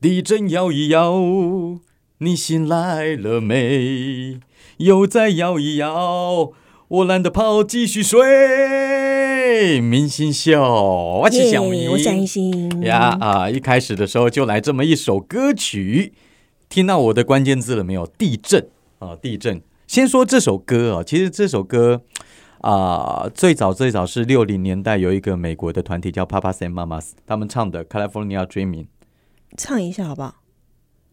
地震摇一摇，你醒来了没？又再摇一摇，我懒得跑，继续睡。明星秀，我是小明，耶我蒋一心呀啊、一开始的时候就来这么一首歌曲，听到我的关键字了没有？地震啊、地震。先说这首歌啊、其实这首歌啊、最早最早是六零年代有一个美国的团体叫 Papas and Mamas，他们唱的《California Dreaming》，唱一下好不好？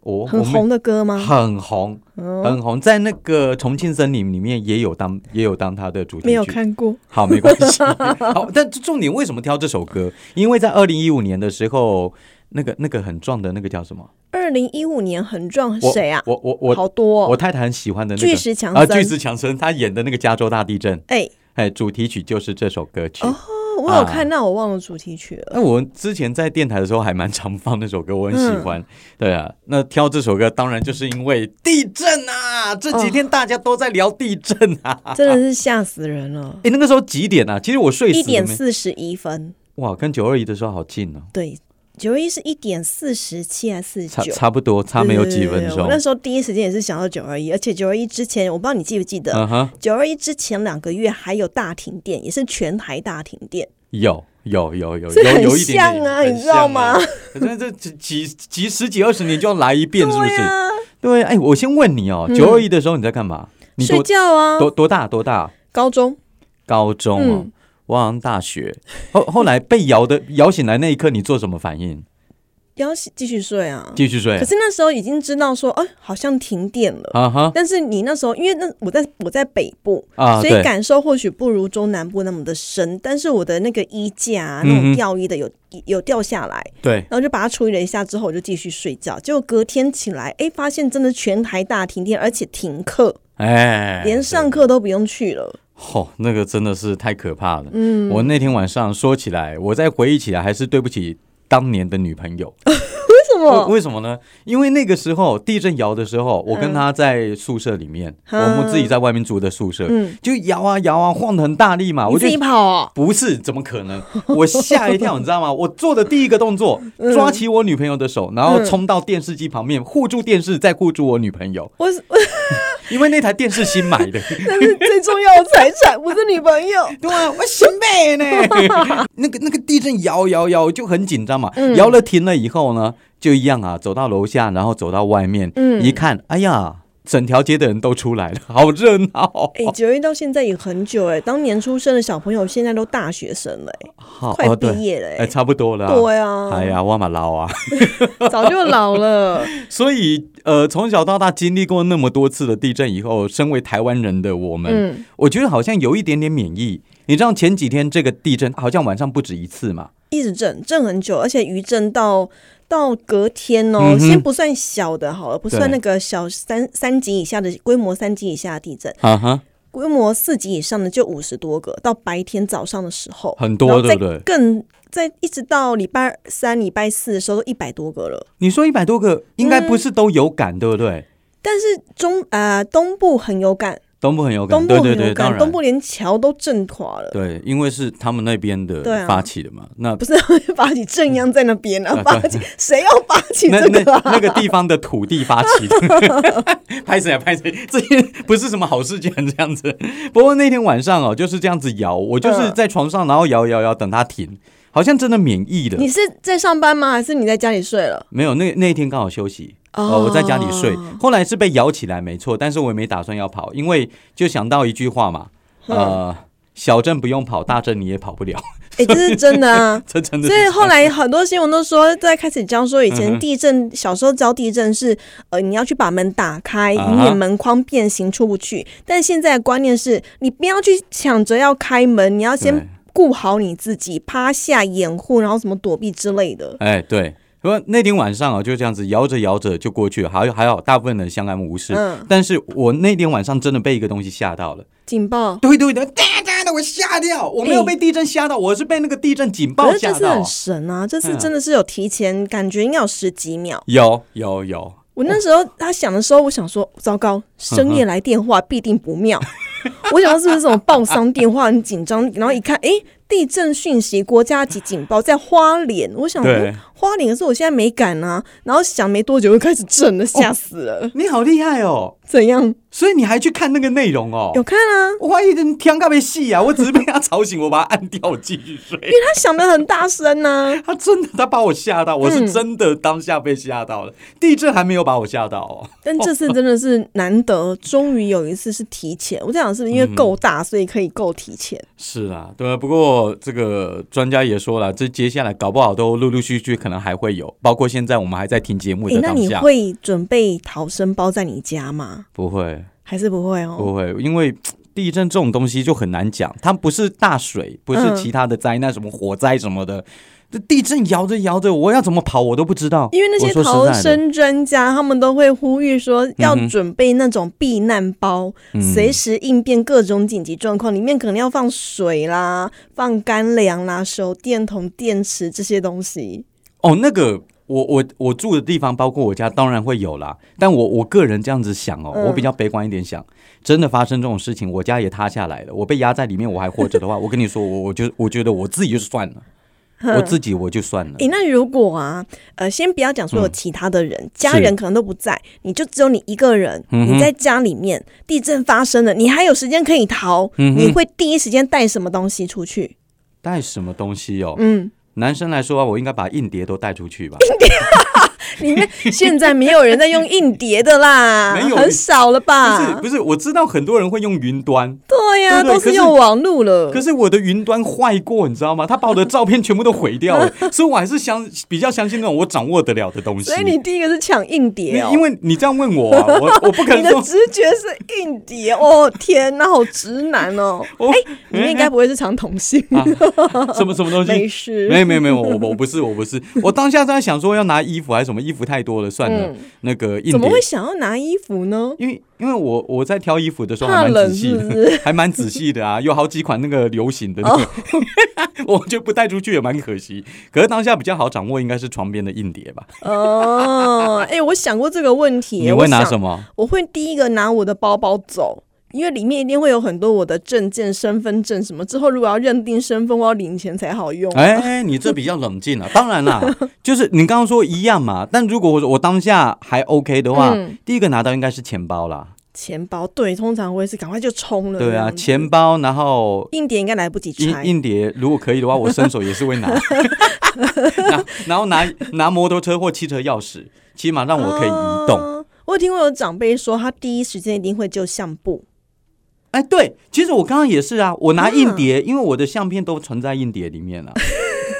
哦，很我们红的歌吗？很红，嗯，很红，在那个《重庆森林》里面也有当也有当他的主题曲。没有看过。好，没关 系。好，但重点为什么挑这首歌？因为在二零一五年的时候，那个那个很壮的那个叫什么？二零一五年很壮，我谁啊？我我我好多我哦，太太很喜欢的那巨个石强啊，森巨。石强森他演的那个加州大地震，哎，哎，主题曲就是这首歌曲。哦哦我有啊看，那我忘了主题曲了。那我之前在电台的时候还蛮常放那首歌，我很喜欢。嗯对啊，那挑这首歌当然就是因为地震啊，这几哦天大家都在聊地震啊。！真的是吓死人了哎、那个时候几点啊？其实我睡死一了点没四十一分，哇，跟九二一的时候好近哦，对，九一是一点四十七还是差四十九？差不多，差没有几分对对对钟我。那时候第一时间也是想到九二一，而且九二一之前，我不知道你记不记嗯得，哼，九二一之前两个月还有大停电，也是全台大停电。有有有有这有很有一点像点啊很你知道像啊 吗？可是这几几几十几二十年就要来一遍，是不对是？啊，对，哎，我先问你哦，嗯九二一的时候你在干嘛？你睡多觉啊，多多大？多大？高中高中哦嗯，我好像大学。后后来被摇的摇醒来那一刻，你做什么反应？要继续睡啊。继续睡可。是那时候已经知道说，哎、好像停电了。啊哈但是你那时候，因为那我在我在北部，啊，所以对，感受或许不如中南部那么的深，但是我的那个衣架、啊、嗯那哼种吊衣的有、有掉下来，对，然后就把它处理了一下之后，我就继续睡觉。结果隔天起来，哎，发现真的全台大停电，而且停课，哎，连上课都不用去了。哦，那个真的是太可怕了。嗯，我那天晚上说起来，我再回忆起来，还是对不起当年的女朋友。为什为么？为什么呢？因为那个时候地震摇的时候，我跟她在宿舍里面，嗯我们自己在外面住的宿舍，嗯就摇啊摇啊，晃得很大力嘛。我你就自己跑哦？不是，怎么可能？我吓一跳，你知道吗？我做的第一个动 作，嗯抓起我女朋友的手，然后冲到电视机旁边护住电视，再护住我女朋友，我是我因为那台电视新买的。是最重要的财产，不是女朋友。对啊，我心背呢。 那个那个地震摇摇摇，我就很紧张嘛。摇了停了以后呢，就一样啊，走到楼下，然后走到外面，嗯一看，哎呀，整条街的人都出来了，好热闹。哎，九一到现在也很久哎，当年出生的小朋友现在都大学生了哎，好快哦毕对业了哎，哎，差不多了、对啊，哎，呀，我嘛老啊，早就老了。 所以呃，从小到大经历过那么多次的地震以后，身为台湾人的我们，嗯，我觉得好像有一点点免疫。你知道前几天这个地震好像晚上不止一次嘛？一直震震很久，而且余震到到隔天哦，嗯哼先不算小的好了，不算对那个小三三级以下的规模三级以下的地震，啊哈，规模四级以上的就五十多个，到白天早上的时候很多然后再对不对更在一直到礼拜三、礼拜四的时候都一百多个了。你说一百多个，应该不是都有感，对不嗯对？但是中呃东部很有感，东部很有感，东部很对有对对，当感，然，东部连桥都震垮了，对，因为是他们那边对啊的发起的嘛， 那不是发起正央在那边啊，啊发起谁要发起那这那个啊？那个地方的土地发起的， 拍谁啊拍谁，这些不是什么好事情这样子。不过那天晚上哦，就是这样子摇，我就是嗯在床上，然后摇摇摇，等它停，好像真的免疫了 你。是在上班吗？还是你在家里睡了？没有，那那一天刚好休息，哦呃，我在家里睡。后来是被摇起来，没错，但是我也没打算要跑，因为就想到一句话嘛，呃，小镇不用跑，大镇你也跑不了，。哎、这是真的啊这 真的所是。啊以后来很多新闻都说，在开始教说以嗯前哼地震，小时候教地震是，呃，你要去把门打开，啊以免门框变形出不去。但现在的观念是，你不要去抢着要开门，你要对先顾好你自己，趴下掩护，然后什么躲避之类的。哎，对，不过那天晚上啊，就这样子摇着摇着就过去了，还好还好，大部分人相安无事。嗯但是我那天晚上真的被一个东西吓到了，警报，对对对，哒哒的，我吓掉，我没有哎被地震吓到，我是被那个地震警报可是吓这次到很。神啊！这次嗯真的是有提前，感觉应该有十几秒。有有有，我那时候他响的时候，我想说，糟糕，深嗯夜来电话必定不妙。我想到是不是这种报丧电话，很紧张，然后一看，诶，地震讯息国家级警报在花莲，我想对说花莲，可是我现在没敢啊。然后想没多久又开始震了，吓死了。你好厉害哦！怎样？所以你还去看那个内容哦？有看啊？我还以为你听到被戏啊，我只是被他吵醒，我把他按掉，我继续睡。因为他想的很大声啊呐、 他真的，他把我吓到，我嗯是真的当下被吓到了。地震还没有把我吓到哦。但这次真的是难得，终于有一次是提前。我在想是不是因为嗯够大，所以可以够提前？是啦，对吧？啊不过这个专家也说了，这接下来搞不好都陆陆续续可能还会有，包括现在我们还在听节目诶、的那当你下，会准备逃生包在你家吗？不会还是不会哦？不会，因为。嘖地震这种东西就很难讲，它不是大水，不是嗯其他的灾难，什么火灾什么的。这地震摇着摇着，我要怎么跑我都不知道。因为那些我说实逃在的嗯生专家，他们都会呼吁说要准备那种避难包，随、时应变各种紧急状况。里面可能要放水啦、放干粮啦、手电筒、电池这些东西。哦，那个我我我住的地方，包括我家，当然会有啦。但我我个人这样子想哦，嗯我比较悲观一点想，真的发生这种事情，我家也塌下来了，我被压在里面，我还活着的话，我跟你说，我我就我觉得我自己就算 了，我自己我就算了诶、。那如果啊，呃，先不要讲嗯说有其他的人，家人可能都不在，你就只有你一个人，嗯你在家里面，地震发生了，你还有时间可以逃，嗯你会第一时间带什么东西出去？带什么东西哦？嗯，男生来说啊，我应该把硬碟都带出去吧。里面 现在没有人在用硬碟的啦，没有很少了不是吧不？是，我知道很多人会用云端，对呀、对对都可是是用网络了可。是我的云端坏过，你知道吗？他把我的照片全部都毁掉了， 所以我还是相比较相信那种我掌握得了的东西。所以你第一个是抢硬碟哦因。为你这样问我、啊，我我不可 你能的说直觉是硬碟哦， 天哪，好直男哦！我你哎们应该不会是长同性， 什么什么东没西。事。啊没有没有没有，我我不是我不是，我当下在想说要拿衣服还是什么，衣服太多了，算了，那个硬嗯怎么碟会，想要拿衣服呢？因为因为我我在挑衣服的时候怕还蛮冷仔细的，是不是 哦还蛮仔细的啊，有好几款那个流行的那个， 我觉得不带出去也蛮可惜。可是当下比较好掌握应该是床边的硬碟吧？哦，哎、我想过这个问题。 你会拿什么？么？我会第一个拿我的包包走，因为里面一定会有很多我的证件、身份证什么。之后如果要认定身份，我要领钱才好用。哎、你这比较冷静了、 当然啦，就是你刚刚说一样嘛，但如果我我当下还 OK 的话，嗯第一个拿到应该是钱包啦，钱包对，通常我也是赶快就冲了。对这啊，样子钱包，然后硬点应该来不及硬拆。硬碟，如果可以的话，我伸手也是会拿， 拿然后拿拿摩托车或汽车钥匙，起码让我可以移动。啊我有听过有长辈说，他第一时间一定会就相簿。哎，对，其实我刚刚也是啊，我拿硬碟，因为我的相片都存在硬碟里面 了、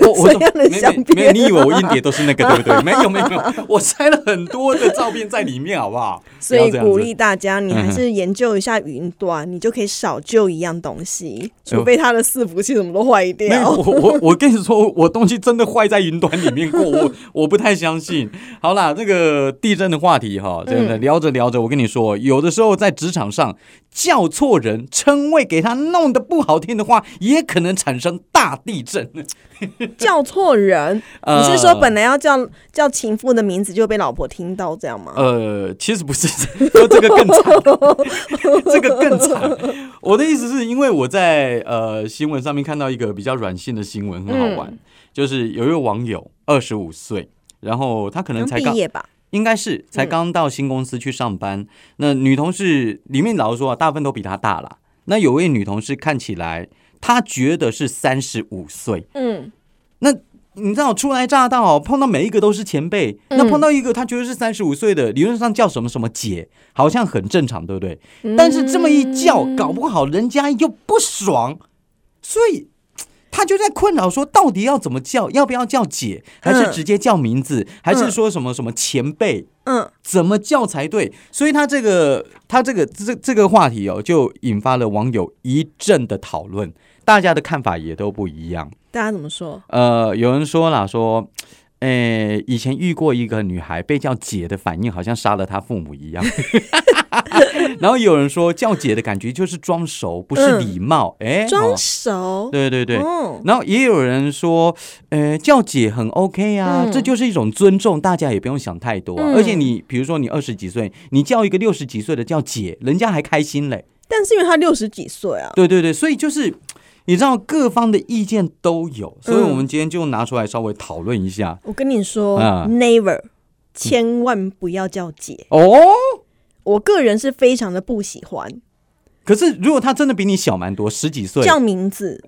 我我怎样的没相没片没有，你以为我硬碟都是那个对不对？没有没有没有，我塞了很多的照片在里面，好不好？所不要以这样子鼓励大家，你还是研究一下云端，你就可以少救一样东西，除非它的伺服器什么都坏哎没有，掉。我我我跟你说，我东西真的坏在云端里面过，我我不太相信。好啦，这个地震的话题嗯哈，真的聊着聊着，我跟你说，有的时候在职场上叫错人，称谓给他弄得不好听的话，也可能产生大地震。叫错人， 呃你是说本来要叫叫情妇的名字就被老婆听到这样吗？呃，其实不是，说这个更惨，这个更 惨。我的意思是因为我在呃新闻上面看到一个比较软性的新闻，很好玩，嗯就是有一位网友二十五岁，然后他可能刚才毕刚业嗯吧，应该是才刚到新公司去上班。那女同事里面老实说啊，大部分都比她大啦。那有位女同事看起来，她觉得是三十五岁。嗯，那你知道初来乍到，碰到每一个都是前辈，嗯那碰到一个她觉得是三十五岁的，理论上叫什么什么姐，好像很正常，对不对？嗯但是这么一叫，搞不好人家又不爽，所以。他就在困扰说，到底要怎么叫？要不要叫姐？还是嗯直接叫名字？还是嗯说什么什么前辈？嗯，怎么叫才对？所以他这个他这个这这个话题哦，就引发了网友一阵的讨论，大家的看法也都不一样。大家怎么说？呃，有人说啦，说，诶、以前遇过一个女孩被叫姐的反应，好像杀了她父母 一样。然后有人说叫姐的感觉就是装熟，不是嗯礼貌。哎、装哦熟，对对对。哦，然后也有人说，呃，叫姐很 OK 啊，嗯这就是一种尊重，大家也不用想太多啊、嗯而且你比如说你二十几岁，你叫一个六十几岁的叫姐，人家还开心嘞。但是因为他六十几岁啊，对对对，所以就是你知道各方的意见都有，所嗯以我们今天就拿出来稍微讨论一下。我跟你说、啊 n e v e r 千万不要叫姐，哦，我个人是非常的不喜欢可是如果他真的比你小蛮多，十几岁，叫名字，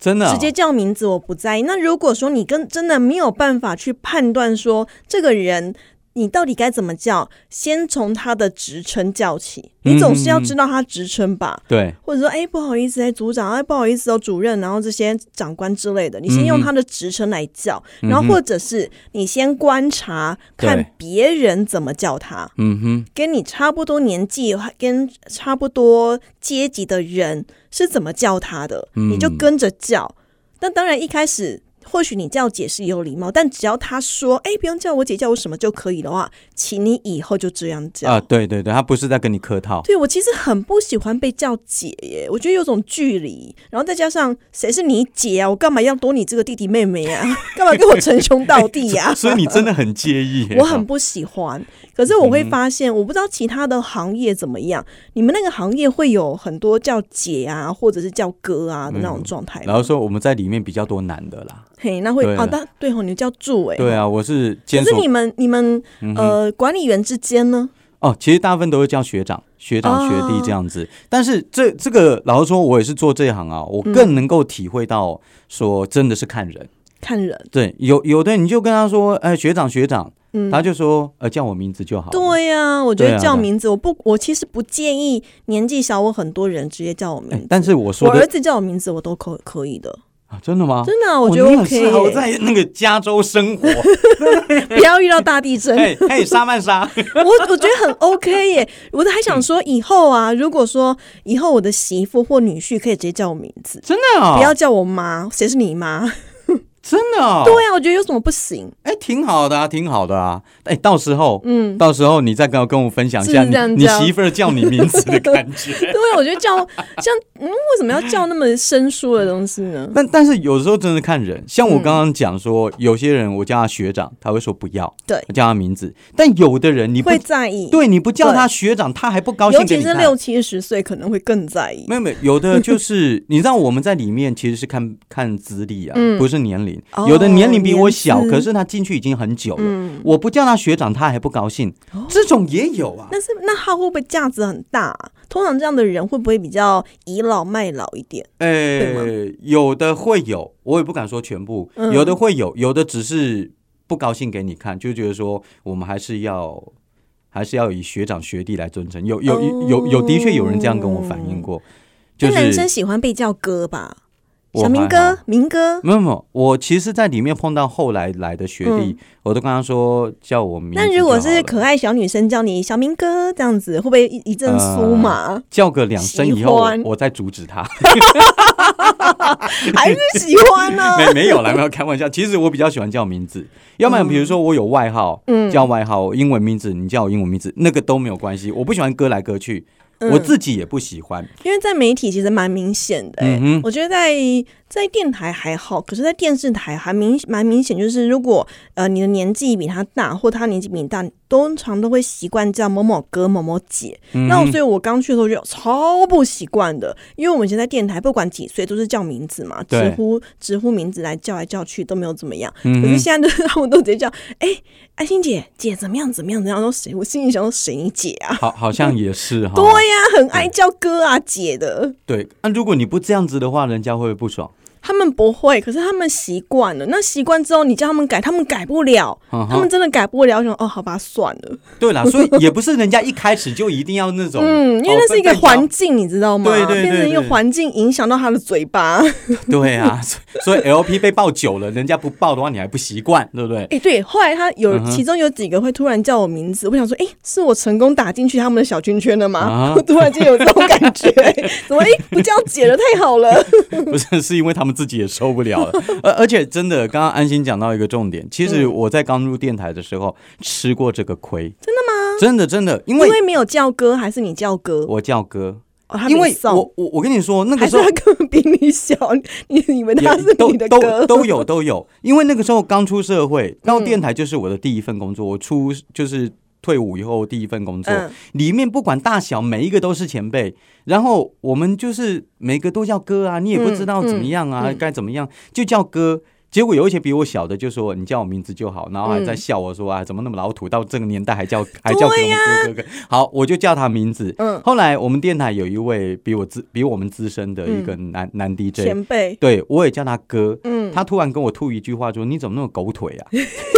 真的啊直接叫名字我不在意。那如果说你跟真的没有办法去判断说这个人。你到底该怎么叫？先从他的职称叫起，你总是要知道他职称吧？对，或者说，哎、不好意思，哎、组长，哎、不好意思哦，主任，然后这些长官之类的，你先用他的职称来叫，嗯然后或者是你先观察对看别人怎么叫他，嗯哼，跟你差不多年纪、跟差不多阶级的人是怎么叫他的，嗯你就跟着叫。但当然一开始。或许你叫姐是有礼貌，但只要他说“哎、不用叫我姐，叫我什么就可以”的话，请你以后就这样叫。啊，对对对，他不是在跟你客套，对我其实很不喜欢被叫姐耶，我觉得有种距离，然后再加上谁是你姐啊？我干嘛要多你这个弟弟妹妹啊？ 干嘛跟我称兄道弟 呀、所以你真的很介意。 我很不喜欢，可是我会嗯发现，我不知道其他的行业怎么样。你们那个行业会有很多叫姐啊，或者是叫哥啊的那种状态吗嗯然后说我们在里面比较多男的啦，嘿，那会对啊，但对吼，你叫助哎，对啊，嗯我是可兼是所你们你们呃管理员之间呢？哦，其实大部分都会叫学长、学哦长、学弟这样子。但是这这个老实说，我也是做这一行啊，我更能够体会到说真的是看人。看人，对，有有的你就跟他说，哎，学长学长，嗯，他就说，呃，叫我名字就好了。对呀、我觉对得啊叫对啊名字，我不，我其实不建议年纪小我很多人直接叫我名哎字。但是我我说儿的、子叫我名字，我都可可以的，啊真的吗？真的啊、我哦觉得你很 OK 适合我耶、在那个加州生活。 不要遇到大地震， 哎哎，沙曼 莎，我我觉得很 OK 耶、我都还想说，以后啊，如果说以后我的媳妇或女婿可以直接叫我名字，真的啊、不要叫我妈，谁是你妈？哦真的啊、对啊，我觉得有什么不行？哎，挺好的啊，挺好的啊。哎，到时候，嗯，到时候你再跟我跟我分享一下是这样你你这样媳妇儿叫你名字的感觉。 对啊，我觉得叫像嗯，为什么要叫那么生疏的东西呢？但但是有时候真的看人，像嗯我刚刚讲说，有些人我叫他学长，他会说不要，对我叫他名字。但有的人你不会在意，对，啊你不叫他学长，他还不高兴尤给其你是看。六七十岁可能会更在意。没有没有，有的就是你知道我们在里面其实是看 看资历啊，嗯不是年龄。哦有的年龄比我小，年资可是他进去已经很久了，嗯哦我不叫他学长，他还不高兴。这种也有 啊。但是那他会不会价值很大啊、通常这样的人会不会比较倚老卖老一点？呃，有的会有，我也不敢说全部，嗯有的会有，有的只是不高兴给你看，就觉得说我们还是要。还是要以学长学弟来尊称，有有有有有的确有人这样跟我反映过，就哦那男生是喜欢被叫哥吧？我小还明好哥、明哥， 没有没有，我其实，在里面碰到后来来的学弟，我都跟他说叫我名字就好了。嗯那如果是可爱小女生叫你小明哥这样子，会不会一一阵呃酥 麻？叫个两声以后，喜我欢我再阻止他。 还是喜欢呢、没没有啦，没有开玩笑。其实我比较喜欢叫名字，要不然比如说我有外号，嗯叫外号，英文名字，你叫我英文名字，那个都没有关系。我不喜欢割来割去，嗯我自己也不喜欢。因为在媒体其实蛮明显的、欸，嗯哼我觉得在在电台还好，可是，在电视台还明蛮明显，就是如果呃你的年纪比他大，或他年纪比你大，通常都会习惯叫某某哥、某某姐。嗯那我所以，我刚去的时候就超不习惯的，因为我们以前在电台不管几岁都是叫名字嘛，对直呼直呼名字来叫来叫去都没有怎么样。嗯可哼是现在就是他们都直接叫，哎、安心姐姐怎么样怎么样怎么样，然后谁？我心里想说谁你姐啊？好，好像也是哈。 对呀、很爱叫哥啊姐的。对，那、如果你不这样子的话，人家会不会不爽？他们不会，可是他们习惯了。那习惯之后，你叫他们改，他们改不了，嗯哼他们真的改不了。我想哦，好吧，算了。对啦，所以也不是人家一开始就一定要那种，嗯，因为哦那是一个被环境，你知道吗？对对对变成一个对环境影响到他的嘴巴。 对啊，所以所以 LP 被爆久了，人家不爆的话，你还不习惯，对不对？哎、对，后来他有、嗯哼其中有几个会突然叫我名字，我想说，哎、是我成功打进去他们的小圈圈了吗？啊 我突然间有这种感 觉，怎么哎、不叫姐了，太好了。不是，是因为他们自己也受不了了。而而且真的，刚刚安心讲到一个重点，其实我在刚入电台的时候吃过这个亏。真的吗？真的真的， 因因为为没有叫哥，还是你叫哥？我叫哥，哦、他比因你为瘦我我我跟你说，那还个时是候他根本比你小，你你以为他是都你的哥？都都有嗯都有，因为那个时候刚出社会，到电台就是我的第一份工作，我出就是。退伍以后第一份工作，嗯里面不管大小，每一个都是前辈。然后我们就是每个都叫哥啊，你也不知道怎么样啊，嗯嗯该怎么样就叫哥。结果有一些比我小的就说你叫我名字就好，然后还在嗯笑我说啊怎么那么老土，到这个年代还叫 还叫给我们哥哥哥。好，我就叫他名字。嗯后来我们电台有一位比我资比我们资深的一个男、男 DJ，嗯前辈，对我也叫他哥。嗯，他突然跟我吐一句话说：“你怎么那么狗腿 啊？”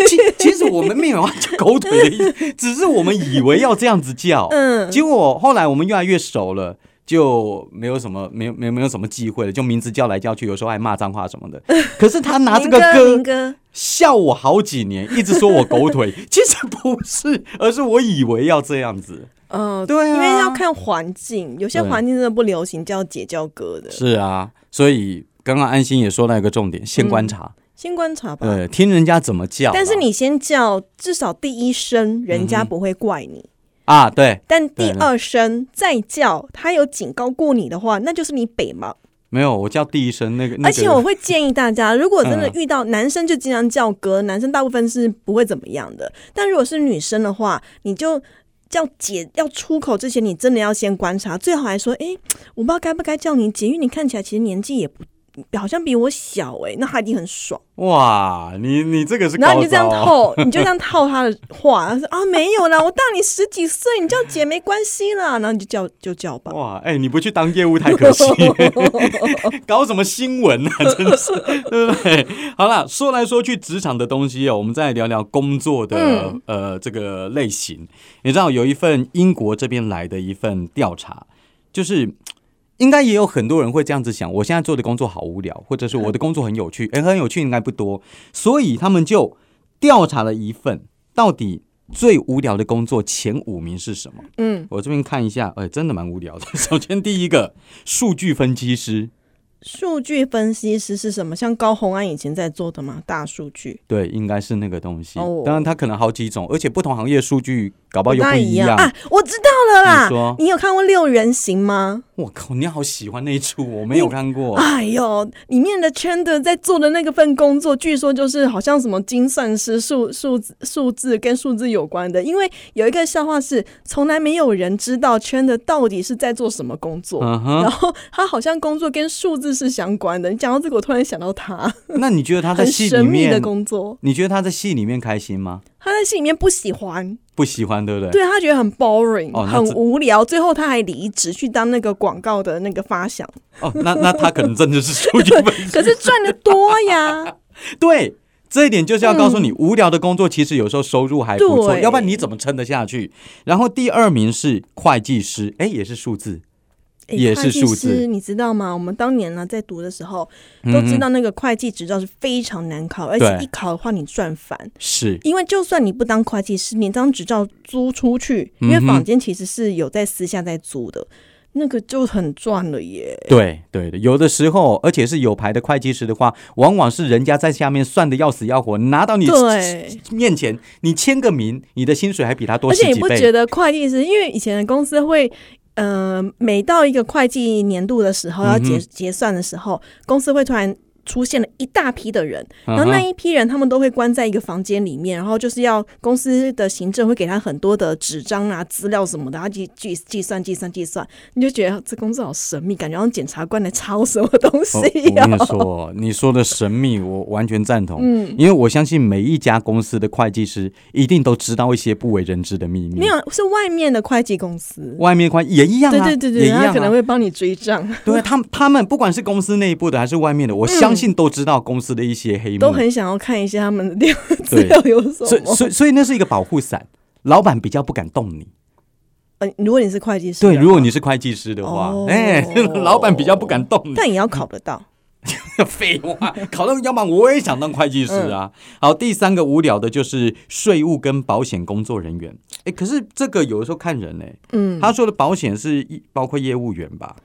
其其实我们没有要叫狗腿的意思，只是我们以为要这样子叫。嗯，结果后来我们越来越熟了，就没有什么没有没有没有什么忌讳了，就名字叫来叫去，有时候还骂脏话什么的。可是他拿这 个林歌哥，笑我好几年，一直说我狗 腿，其实不是，而是我以为要这样子。嗯，对啊，因为要看环境，有些对环境真的不流行叫姐叫哥的，是啊，所以刚刚安心也说到一个重点，先观察，先观察吧。对，听人家怎么叫啦。嗯但是你先叫，至少第一声人嗯家哼不会怪你，啊，对，但第对对二声再叫，他有警告过你的话，那就是你北嘛。没有，我叫第一声那个，那个、而且我会建议大家，如果真的嗯遇到男生就经常叫哥，男生大部分是不会怎么样的。但如果是女生的话，你就叫姐，要出口之前，你真的要先观察，最好还说，诶，我不知道该不该叫你姐，因为你看起来其实年纪也不。好像比我小诶， 那他一定很爽，哇，你你这个是然后高你就这样招、哦。套，你就这样套他的话，他说啊没有啦，我大你十几岁，你叫姐没关系啦，然后你就叫就叫吧。哇，哎、你不去当业务太可惜， 搞什么新闻啊？真的是，对不对？好啦，说来说去职场的东西哦，我们再聊聊工作的、嗯呃这个类型。你知道有一份英国这边来的一份调查，就是应该也有很多人会这样子想：我现在做的工作好无聊，或者是我的工作很有趣，哎、很有趣应该不多，所以他们就调查了一份到底。最无聊的工作前五名是什么？ 嗯，我这边看一下，哎、真的蛮无聊的。 首先第一个，数据分析师，数据分析师是什么？像高红安以前在做的吗？大数据对，应该是那个东西。哦当然，它可能好几种，而且不同行业数据搞不好又大不一样。啊！我知道了你说啦。你有看过《六人行》吗？我靠，你好喜欢那一出，我没有看过。哎呦，里面的 Chandler 在做的那个份工作，据说就是好像什么精算师、数数字、数字跟数字有关的。因为有一个笑话是，从来没有人知道 Chandler 到底是在做什么工作。嗯哼，然后他好像工作跟数字是相关的。你讲到这个，我突然想到他，那你觉得他在很戏神里秘的面，工作。你觉得他在戏里面开心吗？他在戏里面不喜欢，不喜欢，对不对？对他觉得很 boring，、哦那很这无聊，最后他还离职去当那个广告的那个 发想，哦，那那他可能真的是数据分析。可是赚的多 呀。对。这一点就是要告诉你，无聊的工作其实有时候收入还不错，嗯对要不然你怎么撑得下去？然后第二名是会计师，哎，也是数字，诶也是数字哎会计师你知道吗？我们当年呢、在读的时候都知道那个会计执照是非常难考，而且对一考的话你赚翻。是因为就算你不当会计师，你当执照租出去，因为嗯哼坊间其实是有在私下在租的，那个就很赚了耶。对对的，有的时候，而且是有牌的会计师的话，往往是人家在下面算的要死要活，拿到你对，面前，你签个名，你的薪水还比他多而十且你几不倍。觉得会计师，因为以前的公司会，呃，每到一个会计年度的时候要结、嗯哼结算的时候，公司会突然出现了一大批的人，嗯然后那哼，一批人他们都会关在一个房间里面，然后就是要公司的行政会给他很多的纸张啊、资料什么的，他计计计算、计算、计算，你就觉得这工作好神秘，感觉像检察官来抄什么东西我一我 样。跟你说，你说的神秘，我完全赞同。嗯因为我相信每一家公司的会计师一定都知道一些不为人知的秘密。没，有，是外面的会计公司，外面会也一样对啊，对对也对，一样、他啊。可能会帮你追账，对啊他们，他们不管是公司内部的还是外面的，我相信都知道公司的一些黑幕。嗯都很想要看一下他们的电话资对料有什所以么。所以所以那是一个保护伞，老板比较不敢动你。呃，如果你是会计师的对，话，如果你是会计师的话哦，哎、 老板比较不敢动 你。但也要考得到，嗯废话，考到要么我也想当会计师啊。嗯好，第三个无聊的就是税务跟保险工作人员。哎，可是这个有的时候看人哎、嗯，他说的保险是一包括业务员吧？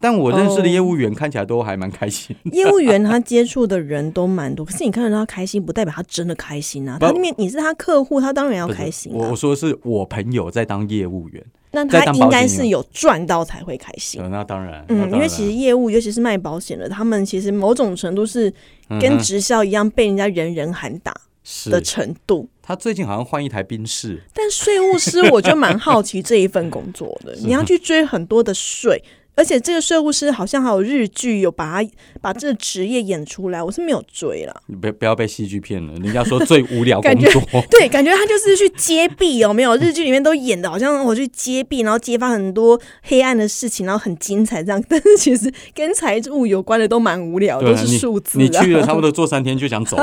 但我认识的哦业务员看起来都还蛮开心。业务员他接触的人都蛮多，可 是你看得到他开心，不代表他真的开心啊。不他那边你是他客户，他当然要不是开心我啊我。说是我朋友在当业务员，那在他当应保险该员是有赚到才会开心。呃那当然，那嗯，因当为然其实业务，尤其是卖保险的，他们其实某种程度是嗯哼跟直销一样被人家人人喊打。的是程度。他最近好像换一台宾士，但税务师我就蛮好奇这一份工作 的，你要去追很多的税，而且这个税务师好像还有日剧有把它把这个职业演出来，我是没有追啦。你不不要被戏剧骗了，人家说最无聊工 感觉作，对，感觉他就是去揭弊，哦有没有？日剧里面都演的好像我去揭弊，然后揭发很多黑暗的事情，然后很精彩这样。 但是其实跟财务有关的都蛮无聊，对都啊是你数字你啊。去了差不多做三天就想 走，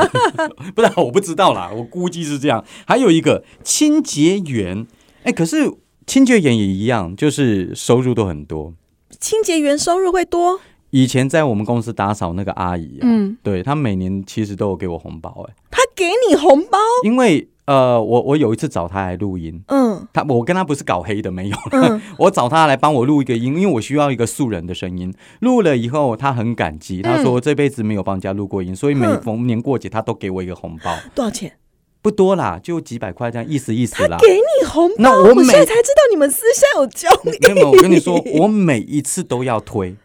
不然我不知道啦，我估计是这样。还有一个清洁员，哎，可是清洁员也一样，就是收入都很多。清洁员收入会多，以前在我们公司打扫那个阿姨啊，嗯，对她每年其实都有给我红包、哎，他给你红包，因为呃，我我有一次找她来录音，嗯她我跟她不是搞黑的，没有，嗯， 我找她来帮我录一个音，因为我需要一个素人的声音。录了以后，她很感激，她嗯说这辈子没有帮人家录过音，所以每哼逢年过节她都给我一个红包，多少钱？不多啦，就几百块这样，意思意思啦。给你红包，那我我每现在才知道你们私下有交易。没有，没有，我跟你说，我每一次都要 推，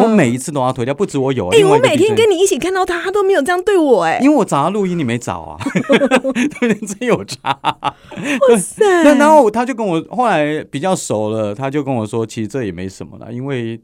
我每一次都要推掉，不止我有，哎、另外嗯我一个每女天生跟你一起看到他，他都没有这样对我、哎，因为我找他录音，你没找啊，对不对？这有差。哇塞！那然后他就跟我后来比较熟了，他就跟我说，其实这也没什么啦，因为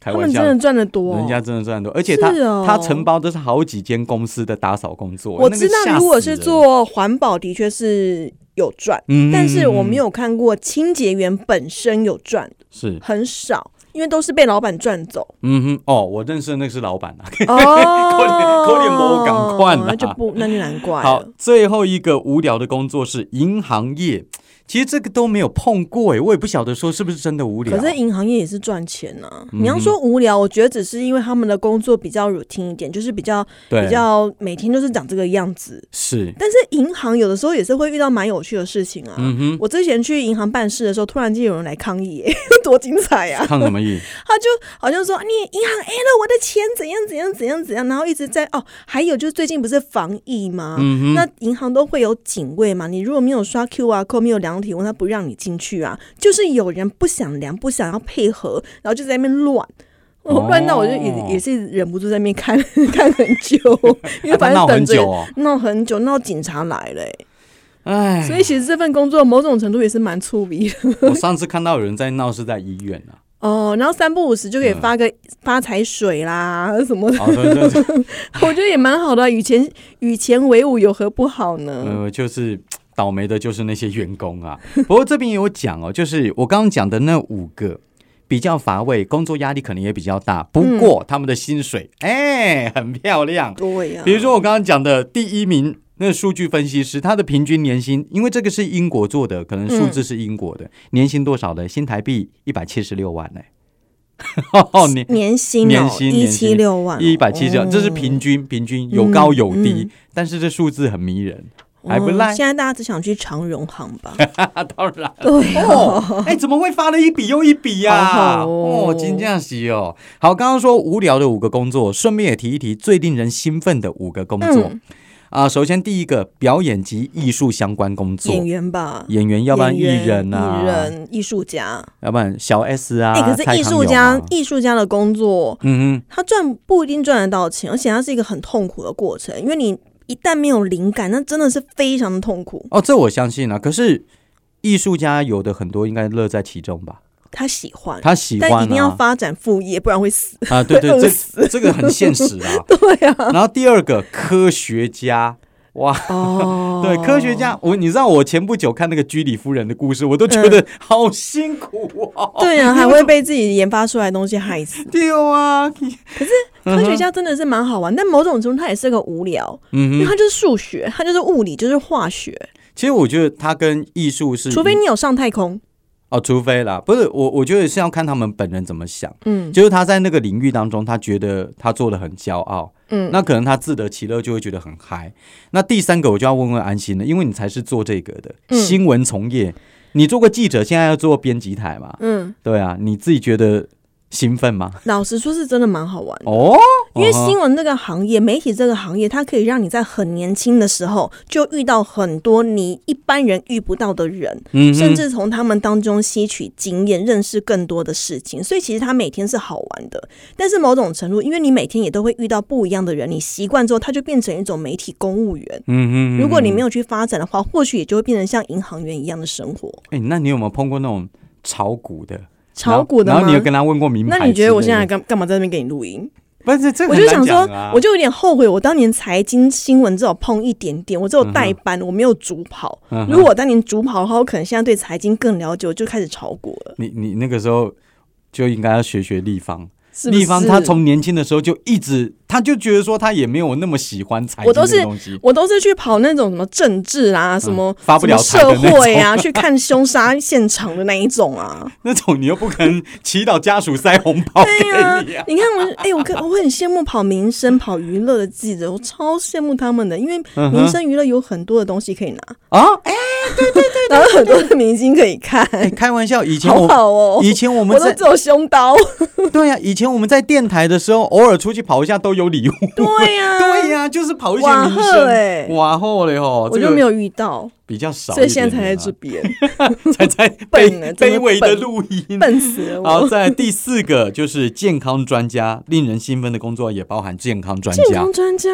开他玩们笑真，的赚的多、哦人家真的赚得多，而且他、是哦他承包的是好几间公司的打扫工作。我那个知道，吓如果死是人，做环保，的确是有赚，嗯但是我没有有看过清洁员本身有赚，是，很少，因为都是被老板赚走。 嗯哼，哦，我认识的那个是老板啊。哦，可怜没有赶快啦那就不， 那就难怪了。好，最后一个无聊的工作是银行业，其实这个都没有碰过诶，我也不晓得说是不是真的无聊。嗯可是银行业也是赚钱呐、你要说无聊，我觉得只是因为他们的工作比较 routine 一点，就是比较对比较每天都是长这个样子。是，但是银行有的时候也是会遇到蛮有趣的事情啊。嗯哼，我之前去银行办事的时候，突然间有人来抗议、欸， 多精彩啊！看什么意？他就好像说你银行 A 了我的钱，怎样怎样怎样怎样，然后一直在哦，还有就是最近不是防疫吗？嗯哼，那银行都会有警卫嘛，你如果没有刷 QR code，没有量体温，他不让你进去啊。就是有人不想量，不想要配合，然后就在那边乱。我哦乱到我就也、也是忍不住在那边看 看很久， 因为啊他反闹正很等久着哦，闹很久，闹警察来了欸、 哎，所以其实这份工作某种程度也是蛮粗鄙的 我上次看到有人在闹是在医院啊，哦。然后三不五时就可以发个发财水啦 什么的，嗯哦，对对对，我觉得也蛮好的啊、与钱与钱为伍有何不好呢？呃，就是倒霉的就是那些员工 啊。不过这边也有讲哦，就是我刚刚讲的那五个。比较乏味，工作压力可能也比较大，不过嗯他们的薪水哎、很漂亮。对呀、比如说我刚刚讲的第一名，那数据分析师，他的平均年薪，因为这个是英国做的，可能数字是英嗯国的，年薪多少呢？新台币一百七十六万 呢、哦，年年薪、哦、年薪一年七薪六万哦、一百七十，这是平均，平均有高有低，嗯但是这数字很迷人，哦还不赖。哦现在大家只想去长荣行 吧？当然，对啊、哦，哎，怎么会发了一笔又一笔呀、好好哦哦，金匠喜哦。好，刚刚说无聊的五个工作，顺便也提一提最令人兴奋的五个工作啊嗯、首先第一个，表演及艺术相关工作，演员吧，演员，要不然艺演员人啊，艺人、艺术家。要不然小 S 啊，哎、可蔡是艺康术永家啊，艺术家的工作，嗯他赚不一定赚得到钱，而且它是一个很痛苦的过程，因为你一旦没有灵感，那真的是非常的痛苦哼，。哦，这我相信啊。可是艺术家有的很多应该乐在其中吧，他喜欢，他喜欢、啊，呃但一定要发展副业，不然会死。啊，对对，会饿这这个很现实啊。 对啊，然后第二个科学家，哇， 哦对，科学家，我你知道我前不久看那个居里夫人的故事，我都觉呃得好辛苦 哦。 对啊，还会被自己研发出来的东西害死。 对啊，科学家真的是蛮好玩，但某种程度它也是个无聊，嗯因为哼，它就是数学，它就是物理，就是化学，其实我觉得他跟艺术是一，除非你有上太空。哦，除非啦，不是我，我觉得是要看他们本人怎么想。嗯就是他在那个领域当中，他觉得他做的很骄傲，嗯，那可能他自得其乐，就会觉得很嗨。那第三个，我就要问问安心了，因为你才是做这个的、嗯新闻从业，你做过记者，现在要做编辑台嘛？嗯，对啊，你自己觉得兴奋 吗？老实说，是真的蛮好玩的。哦，因为嗯哼新闻这个行业，媒体这个行业，它可以让你在很年轻的时候就遇到很多你一般人遇不到的人，嗯哼甚至从他们当中吸取经验，认识更多的事情。所以其实它每天是好玩的，但是某种程度，因为你每天也都会遇到不一样的人，你习惯之后，它就变成一种媒体公务员。嗯哼，如果你没有，有去发展的话，或许也就会变成像银行员一样的生活。哎、那你有没有碰过那种炒股的？炒股的然后然吗后你有？跟他问过名牌之类的？那你觉得我现在干干嘛在那边给你录音？不是这、个我很就难想说讲啊，我就有点后悔，我当年财经新闻只有碰一点点，我只有代班，我没有主跑。嗯嗯哼如果我当年主跑的话，我可能现在对财经更了解，我就开始炒股了，你你那个时候就应该要学学立方，是不是？立方他从年轻的时候就一直，他就觉得说他也没有那么喜欢财我经都是的东西。我都是去跑那种什么政治啊，什么、嗯发不了什么财的社那种会啊，去看凶杀现场的那一 种啊。那种你又不可能祈祷家属塞红包对呀、给你啊。你看我，哎、我跟我很羡慕跑民生、跑娱乐的记者，我超羡慕他们的，因为嗯哼民生娱乐有很多的东西可以拿，啊，哎、然后很多的明星可以看，开玩笑，以前好我好哦。以前我们我都在只有胸刀， 对呀、以前我们在电台的时候，偶尔出去跑一下都有礼物。对呀、对呀、就是跑一些嗯哇民呵哎生。哇后嘞吼，我这就个没有遇到，比较少一点点啊，所以现在才在这边，才在 笨卑了真的卑微的笨录音。笨死了好，我。在第四个就是健康专家，令人兴奋的工作也包含健康专健家康。专家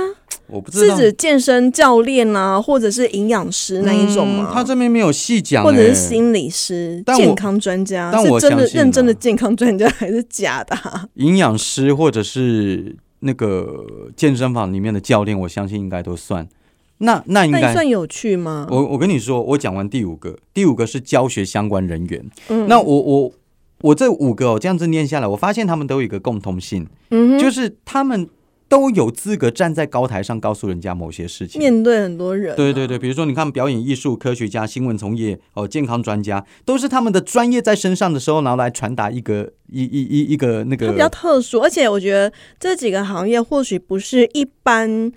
我不知是道指健身教练啊，或者是营养师那一种吗？嗯他这边没有细讲、欸，或者是心理师、但我健康专家，但我是真的相信啊认真的健康专家 还是假的啊、营养师或者是那个健身房里面的教练，我相信应该都算。那那应那你该，算有趣吗？我我跟你说，我讲完第五个，第五个是教学相关人员。嗯那我我我这五个、哦、这样子念下来，我发现他们都有一个共通性，嗯哼，就是他们都有资格站在高台上告诉人家某些事情。面对很多人、对对对，比如说你看表演艺术、科学家、新闻从业、哦健康专家，都是他们的专业在身上的时候，然后来传达一个一一一一个那它比较个，特殊，而且我觉得这几个行业或许不是一般。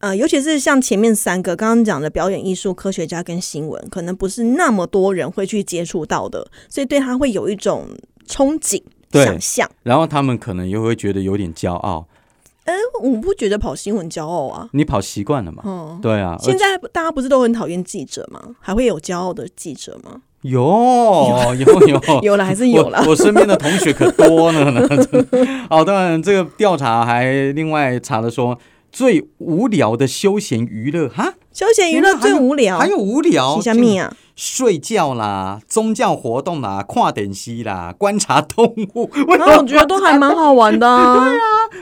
呃，尤其是像前面三个刚刚讲的表演艺术、科学家跟新闻，可能不是那么多人会去接触到的，所以对他会有一种憧憬、对想象。然后他们可能又会觉得有点骄傲，我不觉得跑新闻骄傲啊，你跑习惯了嘛？哦、对啊，而现在大家不是都很讨厌记者吗？还会有骄傲的记者吗？有呃 有有有了还是有了我。我身边的同学可多了呢。 真的好，当然这个调查还另外查了说。最无聊的休闲娱乐哈，休闲哎娱乐最无聊，还有无聊，是虾米啊？睡觉啦、宗教活动啦、跨点溪啦、观察动物， 为什然后么？我觉得都还蛮好玩的、啊，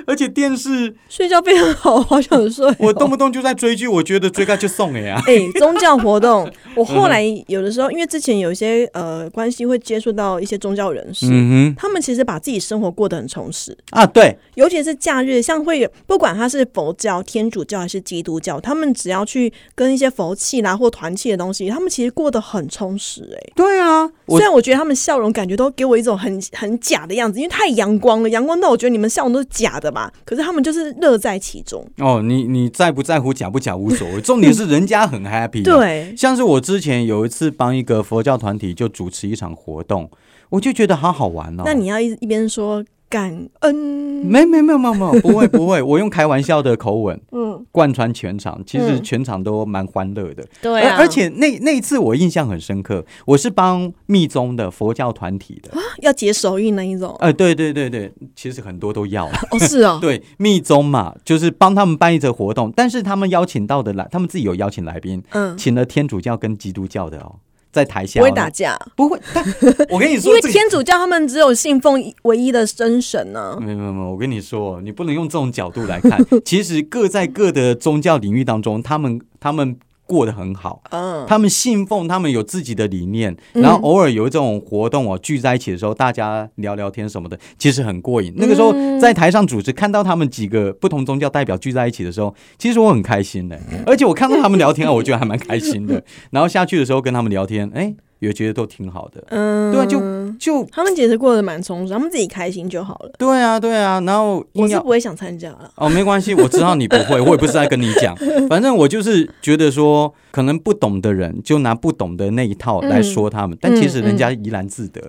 而且电视睡觉非常好，好想睡哦、我动不动就在追剧，我觉得追该就送了呀。 哎、宗教活动，我后来嗯有的时候，因为之前有一些呃关系会接触到一些宗教人士，嗯他们其实把自己生活过得很充实，哼，啊对，尤其是假日，像会有不管他是佛教、天主教还是基督教，他们只要去跟一些佛器啦或团契的东西，他们其实过得很充实、哎。对啊，虽我然我觉得他们笑容感觉都给我一种很很假的样子，因为太阳光了，阳光到我觉得你们笑容都是假的吧。可是他们就是乐在其中，哦，你你在不在乎假不假无所 谓，重点是人家很 happy。，啊对，像是我之前有一次帮一个佛教团体就主持一场活动，我就觉得好好玩哦。那你要一一边说感恩，没没没有没有没 有，不会不会，我用开玩笑的口吻嗯，贯穿全场，其实嗯全场都蛮欢乐的。对啊而而且那那一次我印象很深刻，我是帮密宗的佛教团体的，要解手印那 一种，呃，对对对对，其实很多都要了。 哦，是 哦，对，密宗嘛，就是帮他们办一次活动，但是他们邀请到的来，他们自己有邀请来宾，嗯，请了天主教跟基督教的哦，在台下不哦会打，架，不会。 但我跟你因说为，这个天主教他们只有信奉一唯一的真神啊呢、没有没有没有，我跟你说，哦你不能用这种角度来看。 其实各在各的宗教领域当中，他们他们过得很好，嗯，他们信奉，他们有自己的理念，嗯然后偶尔有这种活动哦，聚在一起的时候，大家聊聊天什么的，其实很过嗯瘾。那个时候在台上主持，看到他们几个不同宗教代表聚在一起的时候，其实我很开心的，嗯而且我看到他们聊天啊，我觉得还蛮开心 的。然后下去的时候跟他们聊天，哎，也觉得都挺好的。嗯，对啊，就就他们其实过得蛮充实，他们自己开心就好了。对啊，对啊，然后我硬是要不会想参加了，哦，没关系，我知道你不会，我也不是在跟你讲，反正我就是觉得说，可能不懂的人就拿不懂的那一套啊来说他们，但其实人家怡然自得，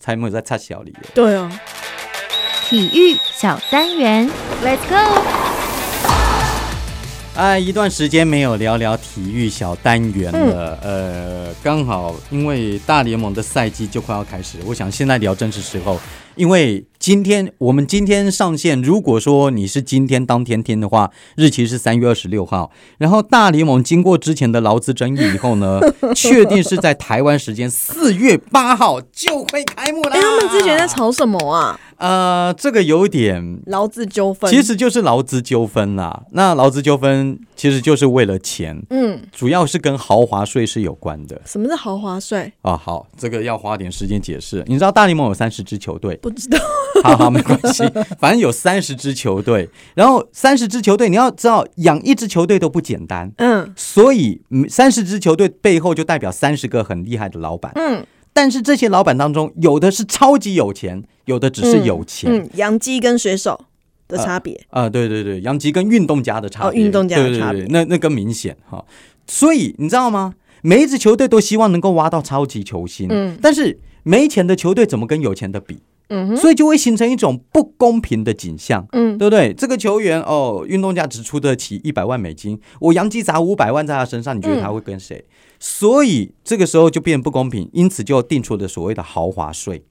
才没有在擦小李。对啊。体育小单元，Let's go！哎，一段时间没有聊聊体育小单元了。嗯呃，刚好因为大联盟的赛季就快要开始，我想现在聊正是时候。因为今天我们今天上线，如果说你是今天当天听的话，日期是三月二十六号。然后大联盟经过之前的劳资争议以后 呢，确定是在台湾时间四月八号就会开幕啦。哎、他们之前在吵什么啊？呃，这个有点劳资纠纷。其实就是劳资纠纷啦。那劳资纠纷其实就是为了钱，嗯，主要是跟豪华税是有关的什么是豪华税？啊。好，这个要花点时间解释。你知道大联盟有三十支球队， 不知道。好好没关系，反正有三十支球队。然后三十支球队，你要知道养一支球队都不简单，嗯所以三十支球队背后就代表三十个很厉害的老板。嗯但是这些老板当中，有的是超级有钱，有的只是有钱。嗯，洋基跟水手的差别。啊，对对对，杨吉跟运动家的差哦别，运动家的差对对对别那那更明显哈、所以你知道吗？每一支球队都希望能够挖到超级球星，嗯但是没钱的球队怎么跟有钱的比？嗯哼，所以就会形成一种不公平的景象。嗯对不对？这个球员哦，运动价值出得起一百万美金，我洋基砸五百万在他身上，你觉嗯得他会跟谁？所以这个时候就变得不公平，因此就定出了所谓的豪华税。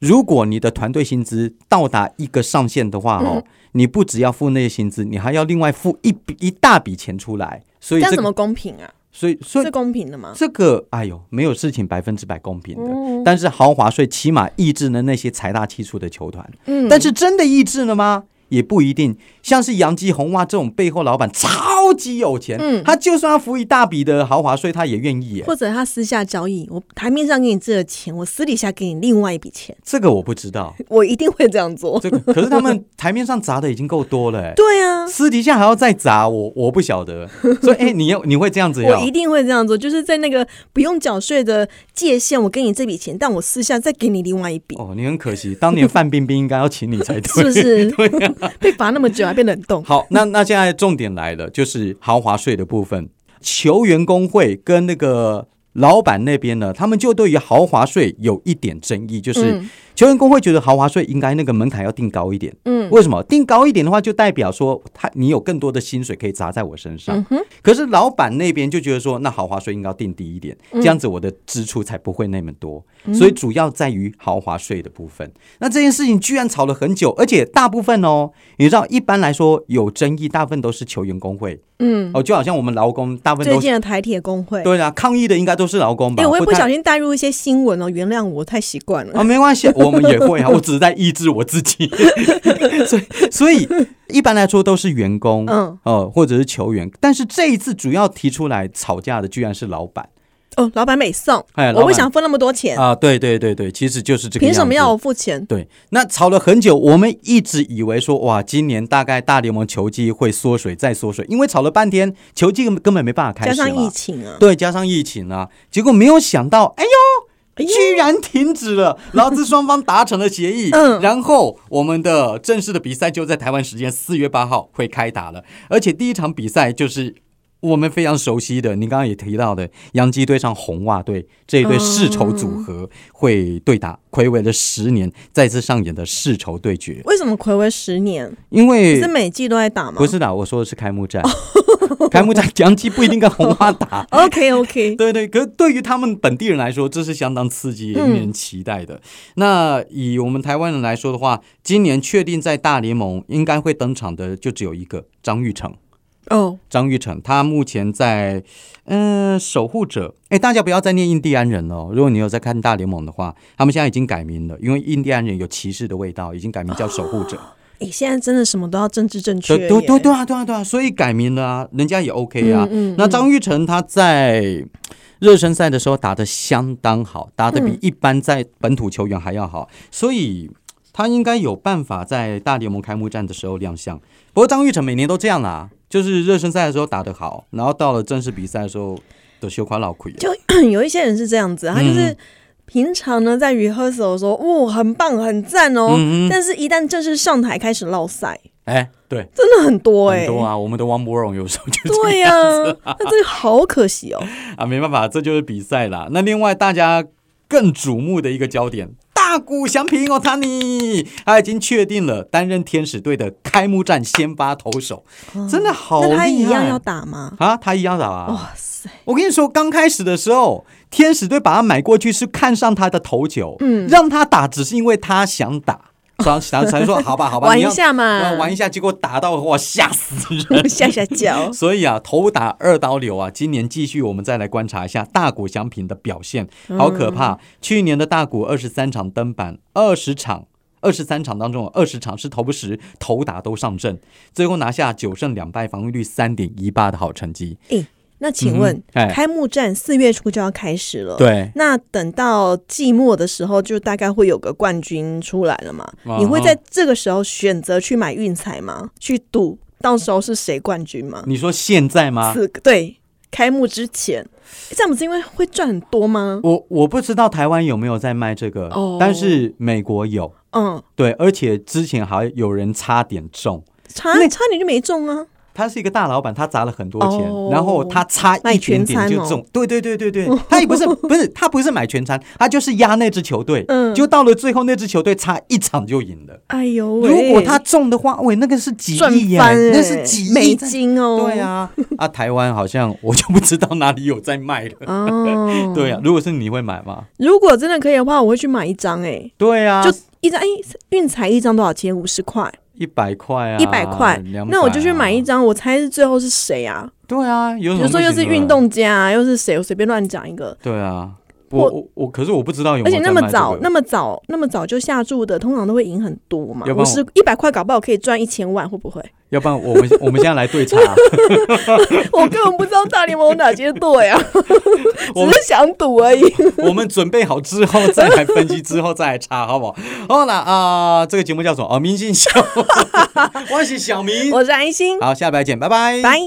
如果你的团队薪资到达一个上限的嗯话，哦，你不只要付那些薪资，你还要另外付一笔一大笔钱出来。所这以样这怎么个，公平啊？所以所以是公平的吗？这个，哎呦，没有事情百分之百公平的。嗯但是豪华税起码抑制了那些财大气粗的球团。嗯但是真的抑制了吗？也不一定。像是杨基红袜这种背后老板超级有钱，嗯他就算要付一大笔的豪华税，他也愿意耶。或者他私下交易，我台面上给你这个钱，我私底下给你另外一笔钱，这个我不知道。我一定会这样做。这个可是他们台面上砸的已经够多了耶，对 啊，私底下还要再砸，我我不晓得。所以， 哎、你要你会这样子我要？一定会这样做，就是在那个不用缴税的界限，我给你这笔钱，但我私下再给你另外一笔，哦，你很可惜，当年范冰冰应该要请你才对。 是不是？被罚那么久还被冷 冻，好，那那现在重点来了，就是豪华税的部分。球员工会跟那个老板那边呢，他们就对于豪华税有一点争议，就是嗯球员工会觉得豪华税应该那个门槛要定高一点。嗯为什么定高一点的话，就代表说他你有更多的薪水可以砸在我身上。嗯哼，可是老板那边就觉得说，那豪华税应该要定低一点，嗯这样子我的支出才不会那么多。所以主要在于豪华税的部分。那这件事情居然吵了很久，而且大部分哦，你知道，一般来说有争议，大部分都是球员工会嗯，哦，就好像我们劳工大部分最都是近的台铁工会，对啦，啊抗议的应该都是劳工吧？哎，我也不太小心带入一些新闻哦，原谅我太习惯了。啊，没关系，我们也 会啊，我只是在抑制我自己。 所以，所以一般来说都是员工，嗯，哦，或者是球员，但是这一次主要提出来吵架的居然是老板。哦，老板美送，哎老板我不想分那么多钱，啊、对对对对，其实就是这个。凭什么要我？付钱？对，那吵了很久，我们一直以为说，哇，今年大概大联盟球季会缩水再缩水，因为吵了半天，球季根本根本没办法开加始嘛。上疫情 啊，对，加上疫情啊，结果没有想到，哎哎呦，呦居然停止了，劳资双方达成了协议。嗯然后我们的正式的比赛就在台湾时间四月八号会开打了，而且第一场比赛就是。我们非常熟悉的，你刚刚也提到的，洋基对上红袜队这一对世仇组合嗯会对打，暌违了十年，再次上演的世仇对决。为什么暌违十年？因为是每季都在打吗？不是打，我说的是开幕战， 开幕战洋基不一定跟红袜打， ，OK OK，对对，可是对于他们本地人来说，这是相当刺激、也令人期待的。那以我们台湾人来说的话，今年确定在大联盟应该会登场的就只有一个张玉成。 哦，张玉成，他目前在嗯、呃守护者。哎，大家不要再念印第安人了哦。如果你有在看大联盟的话，他们现在已经改名了，因为印第安人有歧视的味道，已经改名叫守护者。哎，现在真的什么都要政治正确对耶，对对对啊对啊对啊，所以改名了啊，人家也 OK 啊。嗯嗯那张玉成他在热身赛的时候打得相当好，打得嗯比一般在本土球员还要好，所以他应该有办法在大联盟开幕战的时候亮相。不过张玉成每年都这样啦、就是热身赛的时候打得好，然后到了正式比赛的时候的羞夸老亏。就嗯有一些人是这样子，他嗯就是平常呢在 rehearsal 说，哦，很棒，很赞哦，嗯嗯，但是一旦正式上台开始落赛，哎，对，真的很多哎、很多啊，我们的王博荣有时候 就这样啊对呀、那这个好可惜哦。啊，没办法，这就是比赛啦。那另外大家更瞩目的一个焦点，大大谷翔平哦，他尼，他已经确定了担任天使队的开幕战先发投手，真的好哦那他厉一样要哦害打吗？啊！他一样打啊！哇塞，我跟你说，刚开始的时候，天使队把他买过去是看上他的头球，嗯让他打只是因为他想 打，然后才才说好吧，好吧，玩你一要下嘛，，玩玩一下，结果打到哇吓死人。下下 脚所以啊，头打二刀流啊，今年继续我们再来观察一下大谷翔平的表现，好可怕！去年的大谷二十三场登板，二十场。二十三场当中，二十场是投不时投打都上阵，最后拿下九胜两败，防御率三点一八的好成绩。诶，那请问嗯，哼哎开幕战四月初就要开始了，。对，那等到季末的时候，就大概会有个冠军出来了嘛？啊哈你会在这个时候选择去买运彩吗？去赌到时候是谁冠军吗？你说现在吗？此对开幕之前，诶这样子因为会赚很多吗？我我不知道台湾有没有在卖这个，哦但是美国有，嗯，对，而且之前还有人差点中。差差点就没中啊！他是一个大老板，他砸了很多钱，哦然后他差一点点就卖全餐哦中，对对对对 对，他也不是不是他不是买全餐，他就是压那支球队，嗯就到了最后那支球队差一场就赢了。哎呦喂，如果他中的话，喂，那个是几赚亿耶、翻、欸，那是几亿美在。金哦！对，啊，啊，台湾好像我就不知道哪里有在卖了。哦， 对啊，如果是你会买吗？如果真的可以的话，我会去买一张哎、对啊，就一张哎，运彩一张多少钱？五十块，一百块啊，一百块200啊。那我就去买一。张，我猜是最后是谁啊？对啊，有什比么不如行说的又是运。动家、啊，又是谁？我随便乱讲一个。对啊，或我我我，可是我不知道有没而有且在卖这那个。么早、那么早、那么早就下注的，通常都会赢很多嘛。要不然五我十一百块，搞不好可以赚一千万，会不会？要不然我们我们现在来对查，我根本不知道大联盟有哪些队啊， 我只们是想赌而已。我们准备好之后再来分析，之后再来查，好不好？好，那啊、这个节目叫什么？哦，明星秀，我是小明。我是安心，好，下礼拜见，拜拜，拜。